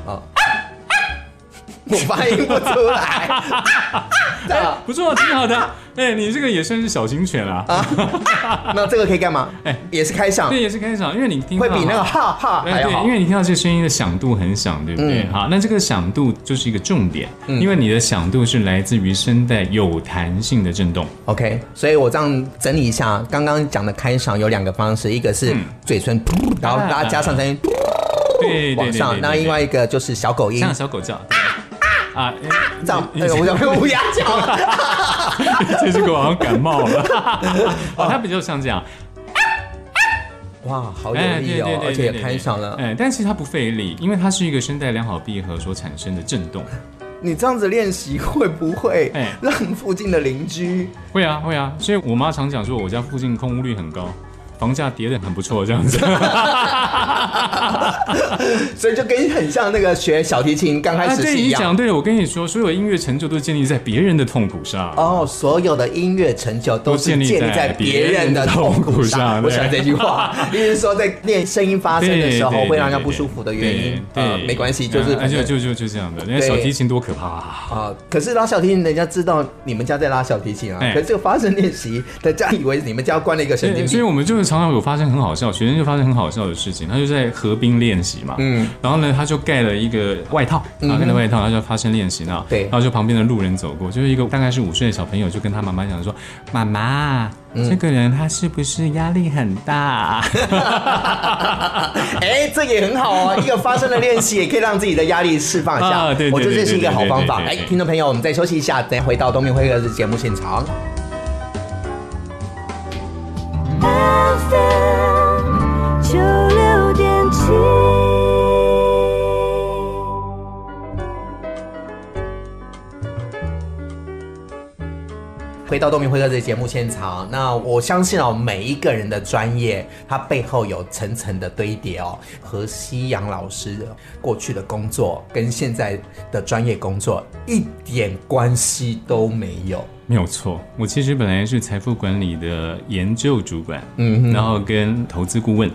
[SPEAKER 2] 我发音不出来， 啊
[SPEAKER 4] 不错，挺好的。哎，你这个也算是小型犬啦。啊，
[SPEAKER 2] 那这个可以干嘛？
[SPEAKER 4] 哎
[SPEAKER 2] 也是开场，
[SPEAKER 4] 对，也是开场，因为你听
[SPEAKER 2] 会
[SPEAKER 4] 到
[SPEAKER 2] 比那个
[SPEAKER 4] 嘛。
[SPEAKER 2] 哈哈
[SPEAKER 4] 对
[SPEAKER 2] 还要
[SPEAKER 4] 对，
[SPEAKER 2] 好
[SPEAKER 4] 因。为你听到这个声音的响度很响，对不对？
[SPEAKER 2] 嗯
[SPEAKER 4] 好，那这个响度就是一个重点，因为你的响度是来自于声带有弹性的震动。
[SPEAKER 2] OK，所以我这样整理一下，刚刚讲的开场有两个方式，一个是
[SPEAKER 4] 嗯
[SPEAKER 2] 嘴唇，然后大家加上声音
[SPEAKER 4] 对对对
[SPEAKER 2] 往
[SPEAKER 4] 对
[SPEAKER 2] 上，
[SPEAKER 4] 对
[SPEAKER 2] 那
[SPEAKER 4] 对
[SPEAKER 2] 另外一个就是小狗音
[SPEAKER 4] 像，小 狗叫。 对啊，哎
[SPEAKER 2] 这样，
[SPEAKER 4] 你
[SPEAKER 2] 哎，我想用乌鸦叫了，
[SPEAKER 4] 这只狗好像感冒了。 哦，它比较像这样。
[SPEAKER 2] 哇，好有力哦，而且也开场了。
[SPEAKER 4] 哎，但其实它不费力，因为它是一个声带良好闭合所产生的震动。
[SPEAKER 2] 你这样子练习会不会
[SPEAKER 4] 哎
[SPEAKER 2] 让附近的邻居？
[SPEAKER 4] 会啊，会啊，所以我妈常讲说，我家附近空屋率很高，房价跌得很不错，这样子。
[SPEAKER 2] 所以就跟很像那个学小提琴刚 开
[SPEAKER 4] 啊，
[SPEAKER 2] 始是
[SPEAKER 4] 对
[SPEAKER 2] 一
[SPEAKER 4] 你
[SPEAKER 2] 样
[SPEAKER 4] 讲。对了，我跟你说，所有音乐成就都建立在别人的痛苦上。
[SPEAKER 2] 哦，所有的音乐成就都是
[SPEAKER 4] 都建
[SPEAKER 2] 建
[SPEAKER 4] 立
[SPEAKER 2] 立
[SPEAKER 4] 在
[SPEAKER 2] 在别人的痛苦上。
[SPEAKER 4] 别人的痛苦上
[SPEAKER 2] 我喜欢这句 话，意思是说在练声音 发声的时候
[SPEAKER 4] 对对
[SPEAKER 2] 会让人家不舒服的原因。
[SPEAKER 4] 对，
[SPEAKER 2] 呃
[SPEAKER 4] 对
[SPEAKER 2] 没关系，就是
[SPEAKER 4] 啊
[SPEAKER 2] 反
[SPEAKER 4] 就
[SPEAKER 2] 正
[SPEAKER 4] 就就就这样的。那
[SPEAKER 2] 对
[SPEAKER 4] 小提琴多可怕啊！
[SPEAKER 2] 啊、可是拉小提琴，人家知道你们家在拉小提琴啊。
[SPEAKER 4] 哎
[SPEAKER 2] 可是这个发声练习，大家以为你们家关了一个神经
[SPEAKER 4] 对，所以
[SPEAKER 2] 病。
[SPEAKER 4] 我们就是常常有发生很好笑，学生就发生很好笑的事情，他就在河滨练习嘛，嗯，然后呢，他就盖了一个外套，然后盖了外套，然后就发生练习呢，
[SPEAKER 2] 对
[SPEAKER 4] 然后就旁边的路人走过，就是一个大概是五岁的小朋友，就跟他妈妈讲说，妈妈，这个人他是不是压力很大？
[SPEAKER 2] 哎、这也很好 啊，一个发声的练习也可以让自己的压力释放一下。
[SPEAKER 4] 啊对对
[SPEAKER 2] 我觉得这是一个好方法。
[SPEAKER 4] 对对
[SPEAKER 2] 哎
[SPEAKER 4] 对对，对
[SPEAKER 2] 听众朋友，我们再休息一下，再回到东明会客室节目现场。
[SPEAKER 3] FM 九六点七。
[SPEAKER 2] 回到东明会客这节目现场，那我相信哦，每一个人的专业，它背后有层层的堆叠哦。和西洋老师的过去的工作跟现在的专业工作一点关系都没有。
[SPEAKER 4] 没有错，我其实本来是财富管理的研究主管，嗯，然后跟投资顾问，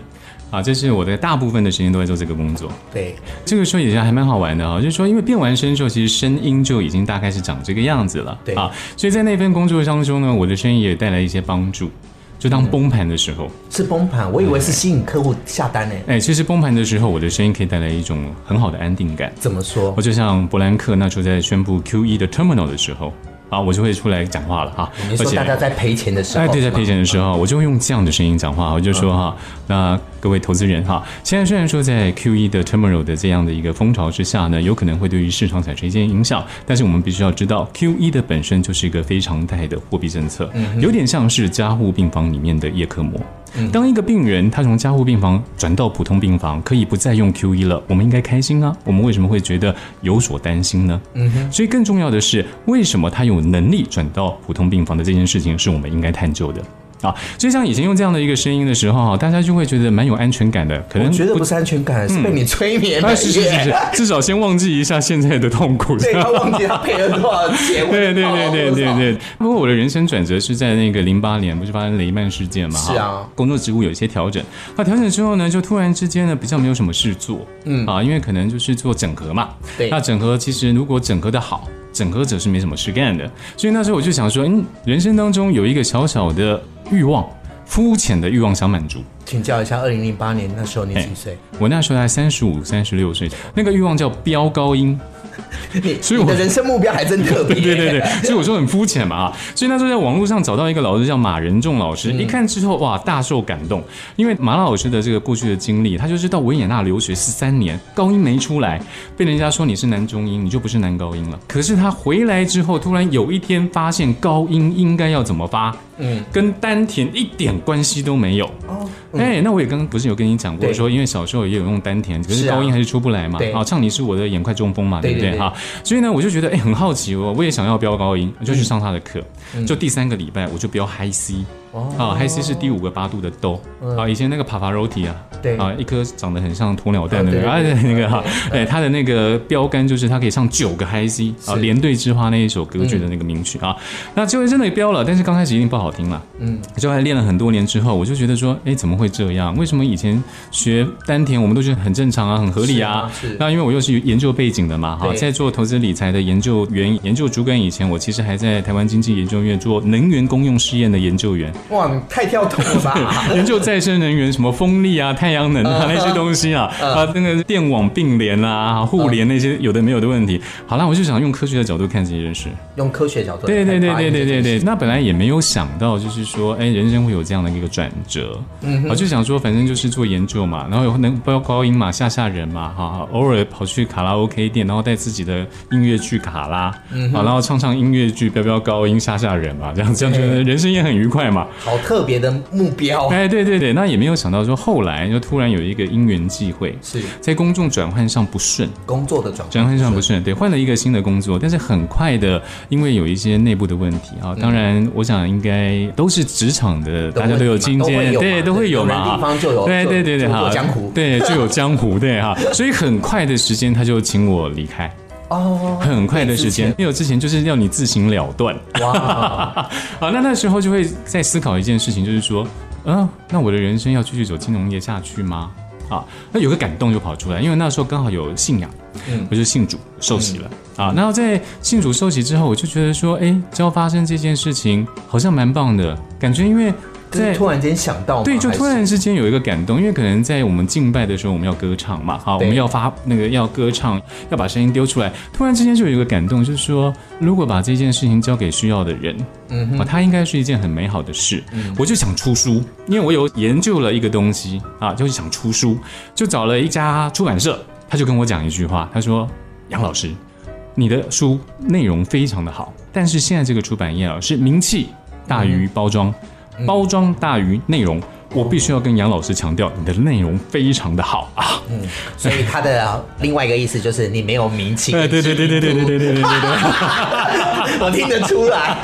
[SPEAKER 4] 啊，这是我的大部分的时间都在做这个工作。
[SPEAKER 2] 对，
[SPEAKER 4] 这个时候也是还蛮好玩的啊、就是说，因为变完声之后，其实声音就已经大概是长这个样子了，
[SPEAKER 2] 对
[SPEAKER 4] 啊，所以在那份工作当中呢，我的声音也带来一些帮助。就当崩盘的时候，
[SPEAKER 2] 是崩盘，我以为是吸引客户下单呢。
[SPEAKER 4] 哎、其实崩盘的时候，我的声音可以带来一种很好的安定感。
[SPEAKER 2] 怎么说
[SPEAKER 4] 我？就像伯兰克那时候在宣布 Q E 的 terminal 的时候，啊，我就会出来讲话了哈、
[SPEAKER 2] 你
[SPEAKER 4] 而
[SPEAKER 2] 说
[SPEAKER 4] 且
[SPEAKER 2] 大
[SPEAKER 4] 哎
[SPEAKER 2] 家在赔钱的时候，嗯
[SPEAKER 4] 哎，对，在赔钱的时候，我就会用这样的声音讲话，我就说哈，那各位投资人哈，现在虽然说在 Q E 的 Terminal 的这样的一个风潮之下呢，有可能会对于市场产生一些影响，但是我们必须要知道，Q E 的本身就是一个非常态的货币政策，
[SPEAKER 2] 嗯
[SPEAKER 4] 有点像是加护病房里面的叶克膜。
[SPEAKER 2] 嗯
[SPEAKER 4] 当一个病人他从加护病房转到普通病房，可以不再用 Q E 了，我们应该开心啊！我们为什么会觉得有所担心呢？嗯哼。所以更重要的是，为什么他有能力转到普通病房的这件事情，是我们应该探究的。啊，所以像以前用这样的一个声音的时候，大家就会觉得蛮有安全感的。可能嗯
[SPEAKER 2] 我觉得不是安全感，是被你催眠
[SPEAKER 4] 啊，
[SPEAKER 2] 的。
[SPEAKER 4] 是是是是，至少先忘记一下现在的痛 苦。
[SPEAKER 2] 对他忘记他赔了多少钱。我
[SPEAKER 4] 对对对对
[SPEAKER 2] 我
[SPEAKER 4] 对
[SPEAKER 2] 操
[SPEAKER 4] 对。不过我的人生转折是在那个零八年，不是发生雷曼事件嘛？
[SPEAKER 2] 是啊
[SPEAKER 4] 哈，工作职务有一些调整。那调整之后呢，就突然之间呢，比较没有什么事做，嗯啊，因为可能就是做整合嘛。
[SPEAKER 2] 对
[SPEAKER 4] 那整合其实如果整合的好。整合者是没什么事干的，所以那时候我就想说，嗯，人生当中有一个小小的欲望，肤浅的欲望想满足，
[SPEAKER 2] 请教一下，二零零八年那时候你几岁？
[SPEAKER 4] 我那时候才三十五、三十六岁，那个欲望叫飙高音。
[SPEAKER 2] 你
[SPEAKER 4] 所以
[SPEAKER 2] 你
[SPEAKER 4] 我
[SPEAKER 2] 的人生目标还真特别。
[SPEAKER 4] 对 对对对， 所以我说很肤浅嘛啊，所以那时候在网络上找到一个老师叫马仁仲老师，
[SPEAKER 2] 嗯
[SPEAKER 4] 一看之后哇大受感动，因为马老师的这个过去的经历，他就是到维也纳留学十三年，高音没出来，被人家说你是男中音，你就不是男高音了。可是他回来之后，突然有一天发现高音应该要怎么发，
[SPEAKER 2] 嗯，
[SPEAKER 4] 跟丹田一点关系都没有。
[SPEAKER 2] 哦，
[SPEAKER 4] 哎、那我也刚不是有跟你讲过
[SPEAKER 2] 对
[SPEAKER 4] 说，因为小时候也有用丹田，可
[SPEAKER 2] 是
[SPEAKER 4] 是
[SPEAKER 2] 啊
[SPEAKER 4] 高音还是出不来嘛
[SPEAKER 2] 对。
[SPEAKER 4] 啊，唱你是我的眼快中风嘛，
[SPEAKER 2] 对
[SPEAKER 4] 对不
[SPEAKER 2] 对
[SPEAKER 4] 对
[SPEAKER 2] 对
[SPEAKER 4] 哈？所以呢，我就觉得哎、很好奇哦，我也想要飙高
[SPEAKER 2] 嗯
[SPEAKER 4] 音，我就去上他的课。就第三个礼拜，我就飙 high C。啊，high
[SPEAKER 2] 哦
[SPEAKER 4] C 是第五个八度的哆啊，以前那个帕帕 t i 啊，
[SPEAKER 2] 嗯对
[SPEAKER 4] 啊，一颗长得很像鸵鸟蛋的那个，
[SPEAKER 2] 啊
[SPEAKER 4] 啊，
[SPEAKER 2] 对对对
[SPEAKER 4] 那个哈，哎，它的那个标杆就是它可以唱九个 high C 啊，连队之花那一首歌剧的那个名曲啊，那就真的飙了，但是刚开始一定不好听了，嗯，就还练了很多年之后，我就觉得说，哎，怎么会这样？为什么以前学丹田我们都觉得很正常啊，很合理啊
[SPEAKER 2] 是啊是？
[SPEAKER 4] 那因为我又是研究背景的嘛，哈，
[SPEAKER 2] 对
[SPEAKER 4] 在做投资理财的研究员、研究主管以前，我其实还在台湾经济研究院做能源公用试验的研究员。
[SPEAKER 2] 哇，你太跳痛了 吧？
[SPEAKER 4] 研究再生能源，什么风力啊、太阳能啊那些东西啊，啊那个电网并联啊、互联那些有的没有的问题。好啦，我就想用科学的角度看这件事。
[SPEAKER 2] 用科学角度来
[SPEAKER 4] 对
[SPEAKER 2] 看
[SPEAKER 4] 对对
[SPEAKER 2] 发音
[SPEAKER 4] 对
[SPEAKER 2] 这
[SPEAKER 4] 对
[SPEAKER 2] 件
[SPEAKER 4] 对
[SPEAKER 2] 事
[SPEAKER 4] 对，那本来也没有想到，就是说，哎，人生会有这样的一个转折。嗯，我就想说，反正就是做研究嘛，然后有能飙高音嘛，吓吓人嘛，哈，哈偶尔跑去卡拉 OK 店，然后带自己的音乐剧卡拉，嗯，好，然后唱唱音乐剧，飙飙高音，吓吓人嘛，这样这样觉得人生也很愉快嘛。
[SPEAKER 2] 好特别的目标。
[SPEAKER 4] 哎，对对对，那也没有想到说后来就突然有一个因缘际会，
[SPEAKER 2] 是
[SPEAKER 4] 在公众转换上不顺，
[SPEAKER 2] 工作的转换，
[SPEAKER 4] 转换上不顺，对，换了一个新的工作，但是很快的，因为有一些内部的问题啊，当然我想应该都是职场的，
[SPEAKER 2] 嗯都会
[SPEAKER 4] 大家都有
[SPEAKER 2] 嘛
[SPEAKER 4] 经
[SPEAKER 2] 都会
[SPEAKER 4] 验，
[SPEAKER 2] 有
[SPEAKER 4] 对，
[SPEAKER 2] 嘛
[SPEAKER 4] 都会有
[SPEAKER 2] 有人
[SPEAKER 4] 嘛，
[SPEAKER 2] 地方就有
[SPEAKER 4] 对
[SPEAKER 2] 就
[SPEAKER 4] 对对对，
[SPEAKER 2] 就有
[SPEAKER 4] 哈
[SPEAKER 2] 江湖
[SPEAKER 4] 对，就有江湖，对哈，所以很快的时间他就请我离开，
[SPEAKER 2] 哦，
[SPEAKER 4] 很快的时间，因为我之前就是要你自行了断，
[SPEAKER 2] 哇，
[SPEAKER 4] 好，那那时候就会在思考一件事情，就是说，嗯、那我的人生要继续走金融业下去吗？啊，那有个感动就跑出来，因为那时候刚好有信仰，
[SPEAKER 2] 嗯
[SPEAKER 4] 我就信主受洗了、啊。然后在信主受洗之后，我就觉得说，哎，只要发生这件事情，好像蛮棒的感觉，因为
[SPEAKER 2] 这
[SPEAKER 4] 在
[SPEAKER 2] 是突然间想到吗，
[SPEAKER 4] 对，就
[SPEAKER 2] 还是
[SPEAKER 4] 突然之间有一个感动，因为可能在我们敬拜的时候，我们要歌唱嘛，好，我
[SPEAKER 2] 对
[SPEAKER 4] 们要发那个要歌唱，要把声音丢出来。突然之间就有一个感动，就是说，如果把这件事情交给需要的人，
[SPEAKER 2] 嗯
[SPEAKER 4] 啊，它应该是一件很美好的事。我就想出书，因为我有研究了一个东西啊，就是想出书，就找了一家出版社，他就跟我讲一句话，他说：“杨老师，你的书内容非常的好，但是现在这个出版业啊，是名气大于包装，包装大于内容。我必须要跟杨老师强调，你的内容非常的好啊！
[SPEAKER 2] 所以他的另外一个意思就是你没有名气，
[SPEAKER 4] 对对对对对对对对对对对。
[SPEAKER 2] 我听得出来。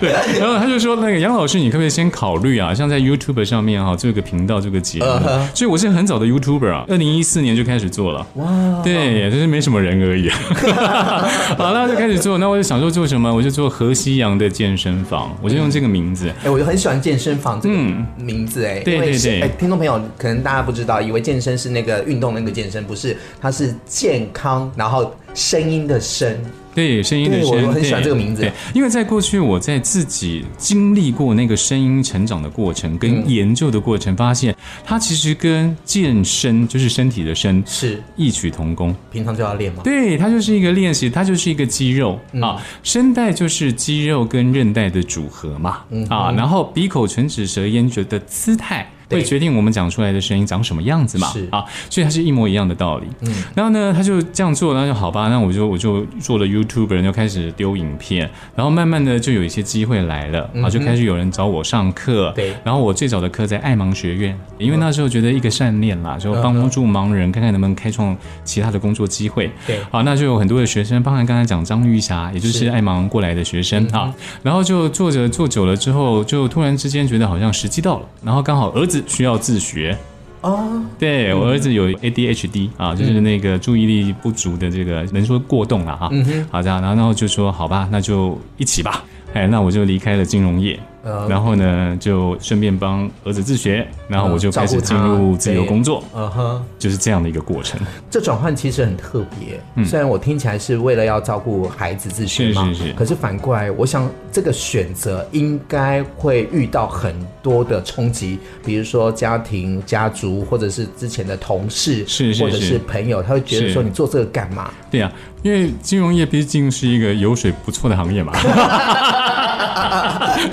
[SPEAKER 4] 对， 然后他就说那个杨老师，你可不可以先考虑啊？像在 YouTube 上面哈、做一个频道，做个 节目。
[SPEAKER 2] 嗯哼
[SPEAKER 4] 所以我是很早的 YouTuber 啊，二零一四年就开始做了。
[SPEAKER 2] 哇，
[SPEAKER 4] 对，就是没什么人而已。 好，那就开始做。那我就想说做什么？我就做河西洋的健身房，我就用这个名字。
[SPEAKER 2] 哎、我就很喜欢健身房这个
[SPEAKER 4] 嗯
[SPEAKER 2] 名字哎、
[SPEAKER 4] 对
[SPEAKER 2] 因为是
[SPEAKER 4] 对对
[SPEAKER 2] 哎听众朋友可能大家不知道，以为健身是那个运动那个健身，不是，它是健康，然后声音的声，
[SPEAKER 4] 对，声音的
[SPEAKER 2] 对
[SPEAKER 4] 声
[SPEAKER 2] 我
[SPEAKER 4] 音，
[SPEAKER 2] 我很喜欢这个名字
[SPEAKER 4] 对，因为在过去我在自己经历过那个声音成长的过程，
[SPEAKER 2] 嗯
[SPEAKER 4] 跟研究的过程，发现它其实跟健身，就是身体的身，
[SPEAKER 2] 是
[SPEAKER 4] 异曲同工。
[SPEAKER 2] 平常就要练吗？
[SPEAKER 4] 对，它就是一个练习，它就是一个肌肉、
[SPEAKER 2] 嗯
[SPEAKER 4] 啊，声带就是
[SPEAKER 2] 嗯
[SPEAKER 4] 肌肉跟韧带的组合嘛、啊，然后鼻口、唇、齿、舌、咽觉的姿态。会决定我们讲出来的声音长什么样子嘛。
[SPEAKER 2] 是
[SPEAKER 4] 啊，所以它是一模一样的道理。嗯，然后呢，他就这样做，那就好吧，那我就我就做了 YouTuber，就开始丢影片，然后慢慢的就有一些机会来了，啊，就开始有人找我上
[SPEAKER 2] 嗯
[SPEAKER 4] 课。
[SPEAKER 2] 对
[SPEAKER 4] 然后我最早的课在爱盲学院，因为那时候觉得一个善念啦，就
[SPEAKER 2] 嗯
[SPEAKER 4] 帮助盲人，看看能不能开创其他的工作机会。
[SPEAKER 2] 对
[SPEAKER 4] 好，那就有很多的学生，包含刚才讲张玉霞，也就是
[SPEAKER 2] 是嗯
[SPEAKER 4] 爱盲过来的学生啊。然后就做着做久了之后，就突然之间觉得好像时机到了，然后刚好儿子需要自学。
[SPEAKER 2] 哦，嗯
[SPEAKER 4] 对我儿子有 ADHD 啊，就是那个注意力不足的这个，能说过动了哈。好这样，然后然后就说好吧，那就一起吧。哎，那我就离开了金融业，
[SPEAKER 2] 呃
[SPEAKER 4] 然后呢，就顺便帮儿子自学，然后我就
[SPEAKER 2] 嗯照
[SPEAKER 4] 开
[SPEAKER 2] 顾
[SPEAKER 4] 始进
[SPEAKER 2] 他
[SPEAKER 4] 入自由
[SPEAKER 2] 对
[SPEAKER 4] 工作，
[SPEAKER 2] 嗯哼，
[SPEAKER 4] 就是这样的一个过程。
[SPEAKER 2] 这转换其实很特别。虽然我听起来是为了要照顾孩子自学嘛，
[SPEAKER 4] 嗯是是是
[SPEAKER 2] 可是反过来，我想这个选择应该会遇到很多的冲击，比如说家庭、家族，或者是之前的同事，
[SPEAKER 4] 是是
[SPEAKER 2] 或者
[SPEAKER 4] 是
[SPEAKER 2] 是朋友，他会觉得
[SPEAKER 4] 是
[SPEAKER 2] 说你做这个干嘛？
[SPEAKER 4] 对呀、因为金融业毕竟是一个油水不错的行业嘛。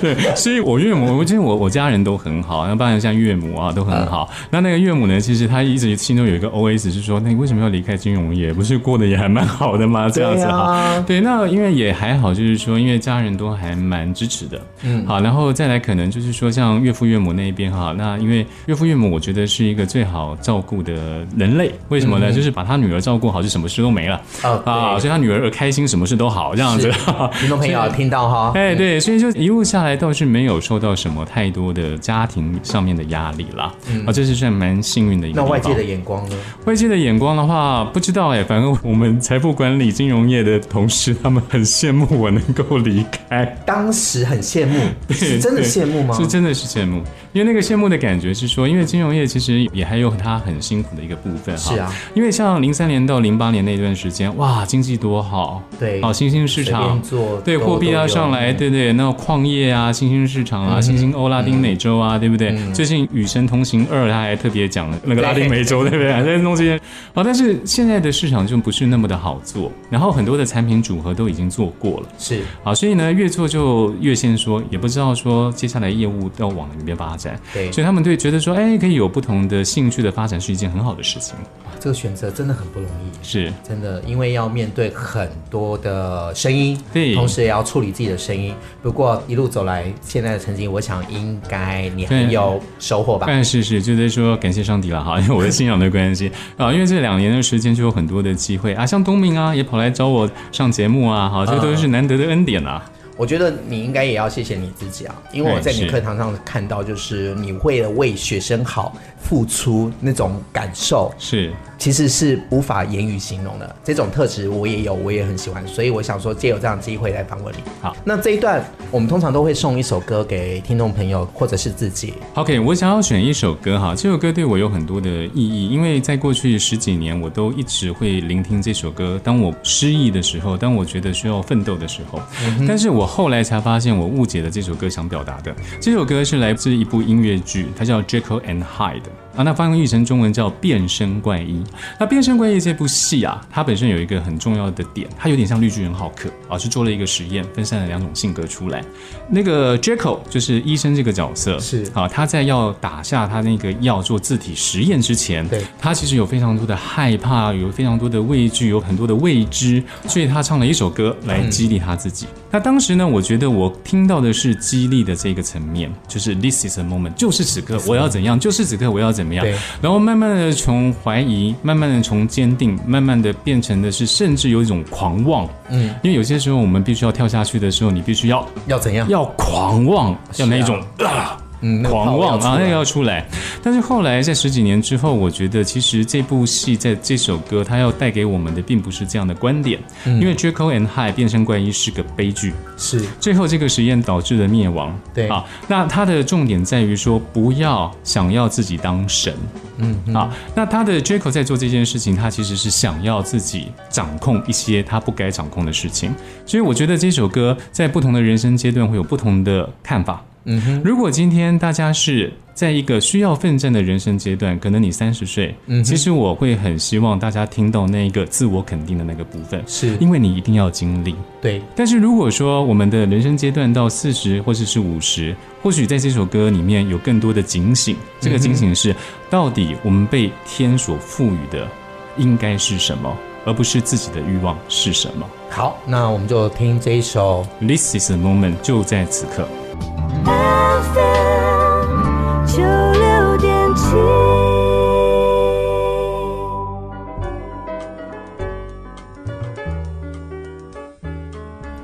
[SPEAKER 4] 对，所以我岳母，我其实我我家人都很好，那包含像岳母啊都很好。那那个岳母呢，其实她一直心中有一个 OS 是说，那你为什么要离开金融业？不是过得也还蛮好的吗？这样子哈、
[SPEAKER 2] 对啊
[SPEAKER 4] 对，那因为也还好，就是说，因为家人都还蛮支持的，嗯，好，然后再来可能就是说，像岳父岳母那一边哈，那因为岳父岳母，我觉得是一个最好照顾的人类，为什么呢？就是把他女儿照顾好，就什么事都没了
[SPEAKER 2] 哦对
[SPEAKER 4] 啊，所以他女儿开心，什么事都好这样子。
[SPEAKER 2] 听众朋友听到哈，
[SPEAKER 4] 哎，对，所以就一路下来倒是没有受到什么太多的家庭上面的压力啦，啊，这是算蛮幸运的一
[SPEAKER 2] 嗯
[SPEAKER 4] 个
[SPEAKER 2] 那
[SPEAKER 4] 地
[SPEAKER 2] 外
[SPEAKER 4] 方。
[SPEAKER 2] 界的眼光呢？
[SPEAKER 4] 外界的眼光的话，不知道哎、反正我们财富管理金融业的同事，他们很羡慕我能够离开，
[SPEAKER 2] 当时很羡慕，是真的
[SPEAKER 4] 对
[SPEAKER 2] 羡慕吗？
[SPEAKER 4] 是真的是羡慕，因为那个羡慕的感觉是说，因为金融业其实也还有它很辛苦的一个部分哈。
[SPEAKER 2] 是啊，
[SPEAKER 4] 因为像零三年到零八年那段时间，哇，经济多好，
[SPEAKER 2] 对
[SPEAKER 4] 好哦新兴市
[SPEAKER 2] 随
[SPEAKER 4] 场
[SPEAKER 2] 便做
[SPEAKER 4] 对
[SPEAKER 2] 都
[SPEAKER 4] 货币
[SPEAKER 2] 都有
[SPEAKER 4] 啊上来，
[SPEAKER 2] 嗯
[SPEAKER 4] 对对，那矿业啊，新兴市场啊，新兴欧拉丁美洲
[SPEAKER 2] 嗯
[SPEAKER 4] 啊，对不对？最近《与神同行二》他还特别讲了那个拉丁美洲，对不对？还在弄这些啊，但是现在的市场就不是那么的好做，然后很多的产品组合都已经做过了。
[SPEAKER 2] 是
[SPEAKER 4] 好，所以呢，越做就越先说，也不知道说接下来业务要往哪边发展，
[SPEAKER 2] 对
[SPEAKER 4] 所以他们对觉得说，哎，可以有不同的兴趣的发展是一件很好的事情，
[SPEAKER 2] 哇这个选择真的很不容易。
[SPEAKER 4] 是
[SPEAKER 2] 真的，因为要面对很多的声音，
[SPEAKER 4] 对
[SPEAKER 2] 同时也要处理自己的声音。不过一路走来，现在的成绩，我想应该你很
[SPEAKER 4] 对
[SPEAKER 2] 有收获吧？
[SPEAKER 4] 但哎是是，就在说感谢上帝了哈， 因为我的信仰的关系啊，因为这两年的时间就有很多的机会啊，像东明啊也跑来找我上节目啊，好，这都是难得的恩典啊，
[SPEAKER 2] 我觉得你应该也要谢谢你自己啊，因为我在你
[SPEAKER 4] 嗯是
[SPEAKER 2] 课堂上看到，就是你为了为学生好付出那种感受，
[SPEAKER 4] 是
[SPEAKER 2] 其实是无法言语形容的。这种特质我也有，我也很喜欢，所以我想说借有这样的机会来访问你。
[SPEAKER 4] 好，
[SPEAKER 2] 那这一段我们通常都会送一首歌给听众朋友或者是自己。
[SPEAKER 4] OK，我想要选一首歌哈，这首歌对我有很多的意义，因为在过去十几年，我都一直会聆听这首歌。当我失意的时候，当我觉得需要奋斗的时候，但是我后来才发现，我误解了这首歌想表达的。这首歌是来自一部音乐剧，它叫《Jekyll and Hyde》。啊，那翻译成中文叫《变身怪医》。那《变身怪医》这部戏啊，它本身有一个很重要的点，它有点像《绿巨人浩克》啊，是做了一个实验，分散了两种性格出来。那个 Jekyll 就是医生这个角色，
[SPEAKER 2] 是
[SPEAKER 4] 啊，他在要打下他那个药做自体实验之前，
[SPEAKER 2] 对
[SPEAKER 4] 他其实有非常多的害怕，有非常多的畏惧，有很多的未知，所以他唱了一首歌来
[SPEAKER 2] 嗯
[SPEAKER 4] 激励他自己。那当时呢，我觉得我听到的是激励的这个层面，就是 this is a moment，就是此刻我要怎样，就是此刻我要怎么样
[SPEAKER 2] 对。
[SPEAKER 4] 然后慢慢的从怀疑，慢慢的从坚定，慢慢的变成的是甚至有一种狂妄。嗯，因为有些时候我们必须要跳下去的时候，你必须要
[SPEAKER 2] 要怎样？
[SPEAKER 4] 要狂妄，要那一种啊
[SPEAKER 2] 嗯，那个泡
[SPEAKER 4] 狂妄
[SPEAKER 2] 要
[SPEAKER 4] 啊，
[SPEAKER 2] 出
[SPEAKER 4] 那
[SPEAKER 2] 来
[SPEAKER 4] 个要出来。但是后来在十几年之后，我觉得其实这部戏在这首歌，它要带给我们的并不是这样的观点，
[SPEAKER 2] 嗯
[SPEAKER 4] 因为《Jekyll and Hyde》变身怪医是个悲剧，
[SPEAKER 2] 是
[SPEAKER 4] 最后这个实验导致了灭亡。
[SPEAKER 2] 对
[SPEAKER 4] 啊，那它的重点在于说，不要想要自己当神。嗯啊，那他的 Jaco 在做这件事情，他其实是想要自己掌控一些他不该掌控的事情，所以我觉得这首歌在不同的人生阶段会有不同的看法。嗯哼，如果今天大家是在一个需要奋战的人生阶段，可能你三十岁，
[SPEAKER 2] 嗯哼
[SPEAKER 4] 其实我会很希望大家听到那一个自我肯定的那个部分，
[SPEAKER 2] 是
[SPEAKER 4] 因为你一定要经历。
[SPEAKER 2] 对，
[SPEAKER 4] 但是如果说我们的人生阶段到四十或者是五十，或许在这首歌里面有更多的警醒。这个警醒是，到底我们被天所赋予的应该是什么，而不是自己的欲望是什么。
[SPEAKER 2] 好，那我们就听这一首
[SPEAKER 4] This is the moment，就在此刻。
[SPEAKER 3] FM 九六点七。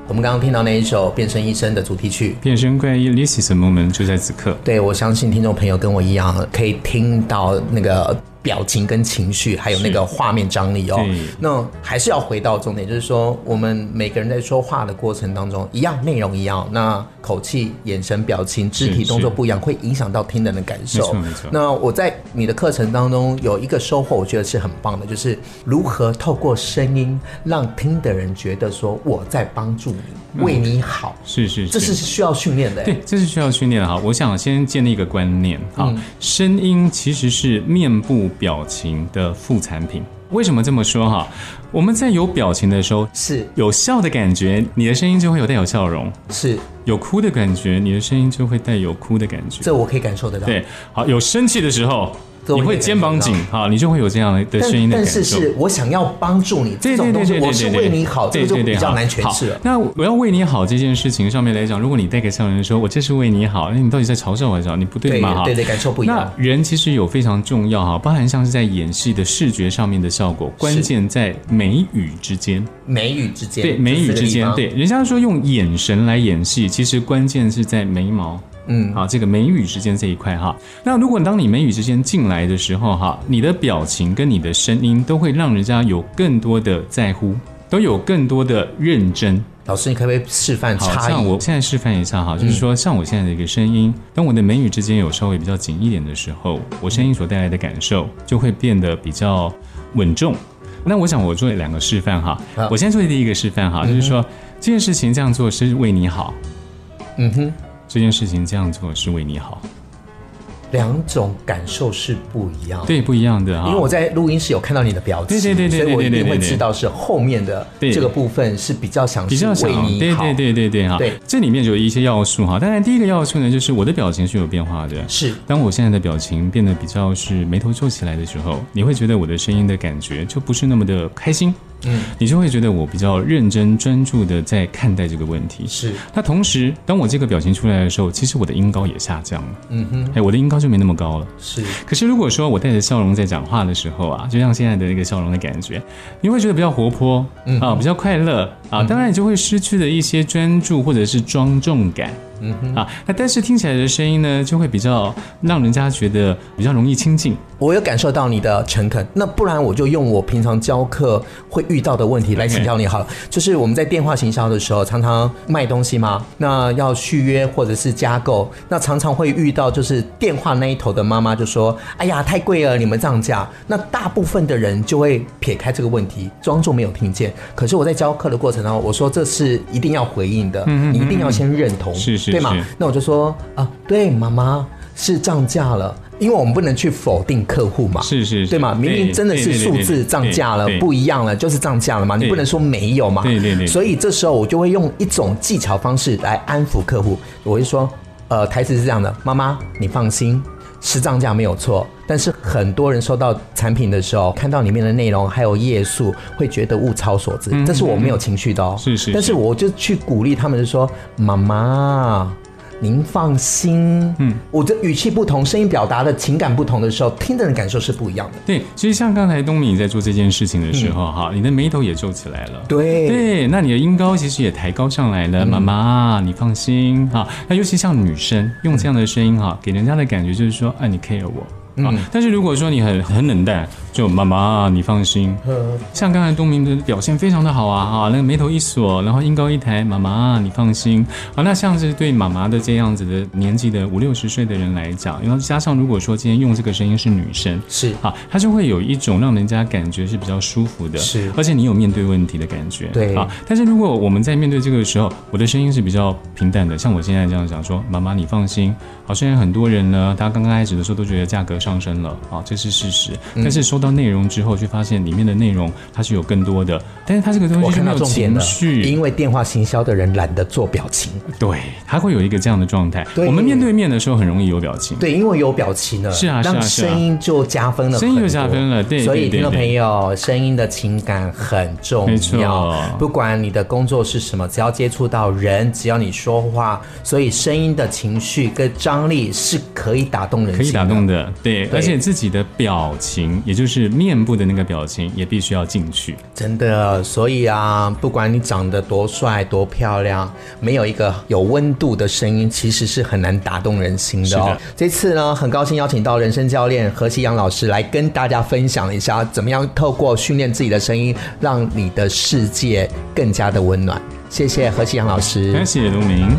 [SPEAKER 2] 我们刚刚听到那一首《变身医生》的主题曲。
[SPEAKER 4] 变身怪医，This is the moment，就在此刻。
[SPEAKER 2] 对，我相信听众朋友跟我一样，可以听到那个表情跟情绪，还有那个画面张力哦
[SPEAKER 4] 对。
[SPEAKER 2] 那还是要回到重点，就是说我们每个人在说话的过程当中，一样内容一样，那口气、眼神、表情、肢体
[SPEAKER 4] 是
[SPEAKER 2] 动作不一样，会影响到听人的感受。
[SPEAKER 4] 没错没错
[SPEAKER 2] 那我在你的课程当中有一个收获，我觉得是很棒的，就是如何透过声音让听的人觉得说我在帮助你，为你好，
[SPEAKER 4] 是是是，
[SPEAKER 2] 这是需要训练的。
[SPEAKER 4] 嗯对，，这是需要训练的哈。我想先建立一个观念哈，
[SPEAKER 2] 嗯
[SPEAKER 4] 声音其实是面部表情的副产品。为什么这么说哈？我们在有表情的时候，
[SPEAKER 2] 是
[SPEAKER 4] 有笑的感觉，你的声音就会有带有笑容；
[SPEAKER 2] 是，
[SPEAKER 4] 有哭的感觉，你的声音就会带有哭的感觉。
[SPEAKER 2] 这我可以感受得到。
[SPEAKER 4] 对，好，有生气的时候，
[SPEAKER 2] 这我
[SPEAKER 4] 你
[SPEAKER 2] 也
[SPEAKER 4] 会
[SPEAKER 2] 感
[SPEAKER 4] 肩
[SPEAKER 2] 觉
[SPEAKER 4] 膀
[SPEAKER 2] 到
[SPEAKER 4] 紧，好，你就会有这样的声音
[SPEAKER 2] 但但
[SPEAKER 4] 的感受。
[SPEAKER 2] 是是我想要帮助你，
[SPEAKER 4] 对
[SPEAKER 2] 这
[SPEAKER 4] 对
[SPEAKER 2] 种
[SPEAKER 4] 对
[SPEAKER 2] 东
[SPEAKER 4] 对
[SPEAKER 2] 西
[SPEAKER 4] 对，
[SPEAKER 2] 我是
[SPEAKER 4] 对
[SPEAKER 2] 为你好，这
[SPEAKER 4] 对
[SPEAKER 2] 个就
[SPEAKER 4] 对对
[SPEAKER 2] 比较
[SPEAKER 4] 好
[SPEAKER 2] 难诠释
[SPEAKER 4] 好
[SPEAKER 2] 了。
[SPEAKER 4] 那我要为你好这件事情上面来讲，如果你带给笑人说“我这是为你好”，哎那你到底在嘲笑我还是笑？你不对
[SPEAKER 2] 对
[SPEAKER 4] 嘛？哈，
[SPEAKER 2] 对对，感受不一样。
[SPEAKER 4] 那人其实有非常重要哈，包含像是在演戏的视觉上面的效果，关键在眉宇之间。
[SPEAKER 2] 眉宇之间，
[SPEAKER 4] 对，
[SPEAKER 2] 这
[SPEAKER 4] 眉
[SPEAKER 2] 四
[SPEAKER 4] 宇
[SPEAKER 2] 个
[SPEAKER 4] 之
[SPEAKER 2] 地
[SPEAKER 4] 间，
[SPEAKER 2] 方
[SPEAKER 4] 对，，人家说用眼神来演戏，其实关键是在眉毛。
[SPEAKER 2] 嗯
[SPEAKER 4] 啊，这个眉宇之间这一块哈，那如果当你眉宇之间进来的时候哈，你的表情跟你的声音都会让人家有更多的在乎，都有更多的认真。
[SPEAKER 2] 老师，你可不可以示范
[SPEAKER 4] 好，
[SPEAKER 2] 差
[SPEAKER 4] 像
[SPEAKER 2] 异？嗯
[SPEAKER 4] 我现在示范一下哈，就是说像我现在的一个声音，当我的眉宇之间有稍微比较紧一点的时候，我声音所带来的感受就会变得比较稳重。那我想我做两个示范哈
[SPEAKER 2] 好，
[SPEAKER 4] 我先做第一个示范哈，就是说这件事情这样做是为你好，
[SPEAKER 2] 嗯哼，
[SPEAKER 4] 这件事情这样做是为你好，
[SPEAKER 2] 两种感受是不一样。，
[SPEAKER 4] 对，不一样的哈。
[SPEAKER 2] 因为我在录音室有看到你的表情，
[SPEAKER 4] 对对对对
[SPEAKER 2] 所以我一
[SPEAKER 4] 对对
[SPEAKER 2] 定
[SPEAKER 4] 对
[SPEAKER 2] 会
[SPEAKER 4] 对
[SPEAKER 2] 知道是后面的
[SPEAKER 4] 对
[SPEAKER 2] 这个部分是比较想
[SPEAKER 4] 比
[SPEAKER 2] 是
[SPEAKER 4] 较想
[SPEAKER 2] 为你
[SPEAKER 4] 对
[SPEAKER 2] 好，
[SPEAKER 4] 对对对对哈，
[SPEAKER 2] 对
[SPEAKER 4] 这里面就有一些要素哈。当然，第一个要素呢，就是我的表情是有变化的，
[SPEAKER 2] 是
[SPEAKER 4] 当我现在的表情变得比较是眉头皱起来的时候，你会觉得我的声音的感觉就不是那么的开心，嗯，你就会觉得我比较认真专注的在看待这个问题。
[SPEAKER 2] 是
[SPEAKER 4] 那同时，当我这个表情出来的时候，其实我的音高也下降了，
[SPEAKER 2] 嗯哼
[SPEAKER 4] 哎，我的音高就没那么高了。
[SPEAKER 2] 是
[SPEAKER 4] 可是如果说我带着笑容在讲话的时候啊，就像现在的那个笑容的感觉，你会觉得比较活泼，嗯啊，比较快乐
[SPEAKER 2] 嗯
[SPEAKER 4] 啊，当然你就会失去了一些专注或者是庄重感。嗯哼啊，那但是听起来的声音呢，就会比较让人家觉得比较容易亲近。
[SPEAKER 2] 我有感受到你的诚恳，那不然我就用我平常教课会遇到的问题来请教你好了。
[SPEAKER 4] 嗯
[SPEAKER 2] 就是我们在电话行销的时候，常常卖东西嘛，那要续约或者是加购，那常常会遇到就是电话那一头的妈妈就说：“哎呀，太贵了，你们涨价。”那大部分的人就会撇开这个问题，装作没有听见。可是我在教课的过程当中，我说这是一定要回应的，
[SPEAKER 4] 嗯
[SPEAKER 2] 你一定要先认同，
[SPEAKER 4] 是是
[SPEAKER 2] 对吗
[SPEAKER 4] 是？
[SPEAKER 2] 那我就说啊，对，妈妈是涨价了。因为我们不能去否定客户嘛，
[SPEAKER 4] 是是
[SPEAKER 2] 啊
[SPEAKER 4] 是
[SPEAKER 2] 对嘛？明明真的是数字涨价了
[SPEAKER 4] 对对对对，
[SPEAKER 2] 不一样了，就是涨价了嘛，你
[SPEAKER 4] 对
[SPEAKER 2] 不能说没有嘛。
[SPEAKER 4] 对对对
[SPEAKER 2] 所以这时候我就会用一种技巧方式来安抚客户，我会说，呃，台词是这样的：妈妈，你放心。是涨价没有错，但是很多人收到产品的时候，看到里面的内容还有页数，会觉得物超所值。这是我没有情绪的哦，
[SPEAKER 4] 嗯是是是
[SPEAKER 2] 但是我就去鼓励他们，就说：“妈妈，您放心。”嗯，我的语气不同，声音表达的情感不同的时候，听的人感受是不一样的。
[SPEAKER 4] 对，其实像刚才东敏在做这件事情的时候，
[SPEAKER 2] 嗯
[SPEAKER 4] 哈、你的眉头也皱起来了。
[SPEAKER 2] 对
[SPEAKER 4] 对，那你的音高其实也抬高上来了。妈妈，你放心哈。那尤其像女生用啊这样的声音哈，给人家的感觉就是说，哎、你 care 我。啊、但是如果说你很很冷淡，就妈妈，你放心。像刚才东明的表现非常的好啊，哈、那个眉头一锁，然后音高一抬，妈妈，你放心。好，那像是对妈妈的这样子的年纪的五六十岁的人来讲，然后加上如果说今天用这个声音是女生，
[SPEAKER 2] 是
[SPEAKER 4] 好，它就会有一种让人家感觉是比较舒服的，
[SPEAKER 2] 是
[SPEAKER 4] 而且你有面对问题的感觉，
[SPEAKER 2] 对
[SPEAKER 4] 啊。但是如果我们在面对这个的时候，我的声音是比较平淡的，像我现在这样讲说，妈妈你放心，好，虽然很多人呢，他刚刚开始的时候都觉得价格上升了，啊，这是事实，
[SPEAKER 2] 嗯
[SPEAKER 4] 但是收到内容之后，却发现里面的内容它是有更多的，但是它这个东
[SPEAKER 2] 我
[SPEAKER 4] 西就
[SPEAKER 2] 看
[SPEAKER 4] 没
[SPEAKER 2] 到
[SPEAKER 4] 有
[SPEAKER 2] 重点
[SPEAKER 4] 情
[SPEAKER 2] 了，
[SPEAKER 4] 绪
[SPEAKER 2] 因，为电话行销的人懒得做表情，
[SPEAKER 4] 对，它会有一个这样的状态。
[SPEAKER 2] 对
[SPEAKER 4] 我们面对面的时候很容易有表情，
[SPEAKER 2] 对，因为有表情了，
[SPEAKER 4] 是啊是啊
[SPEAKER 2] 让
[SPEAKER 4] 是啊
[SPEAKER 2] 声音就加分了很多，
[SPEAKER 4] 声音就加分了对
[SPEAKER 2] 所以
[SPEAKER 4] 对对
[SPEAKER 2] 听众朋友，声音的情感很重
[SPEAKER 4] 没错
[SPEAKER 2] 要，不管你的工作是什么，只要接触到人，只要你说话，所以声音的情绪跟张力是可以打动人心，
[SPEAKER 4] 可以打动。的，对，
[SPEAKER 2] 对
[SPEAKER 4] 而且自己的表情，也就是面部的那个表情，也必须要进去。
[SPEAKER 2] 真的，所以啊，不管你长得多帅多漂亮，没有一个有温度的声音，其实是很难打动人心的
[SPEAKER 4] 是
[SPEAKER 2] 哦
[SPEAKER 4] 的。
[SPEAKER 2] 这次呢，很高兴邀请到人生教练何西阳老师来跟大家分享一下，怎么样透过训练自己的声音，让你的世界更加的温暖。谢谢何西阳老师，
[SPEAKER 4] 感谢卢明，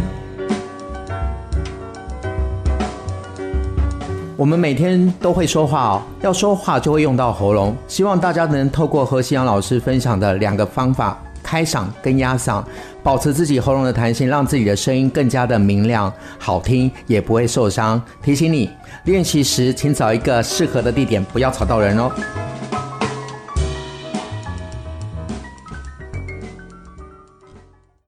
[SPEAKER 2] 我们每天都会说话哦，要说话就会用到喉咙。希望大家能透过何西阳老师分享的两个方法——开嗓跟压嗓，保持自己喉咙的弹性，让自己的声音更加的明亮、好听，也不会受伤。提醒你，练习时请找一个适合的地点，不要吵到人哦。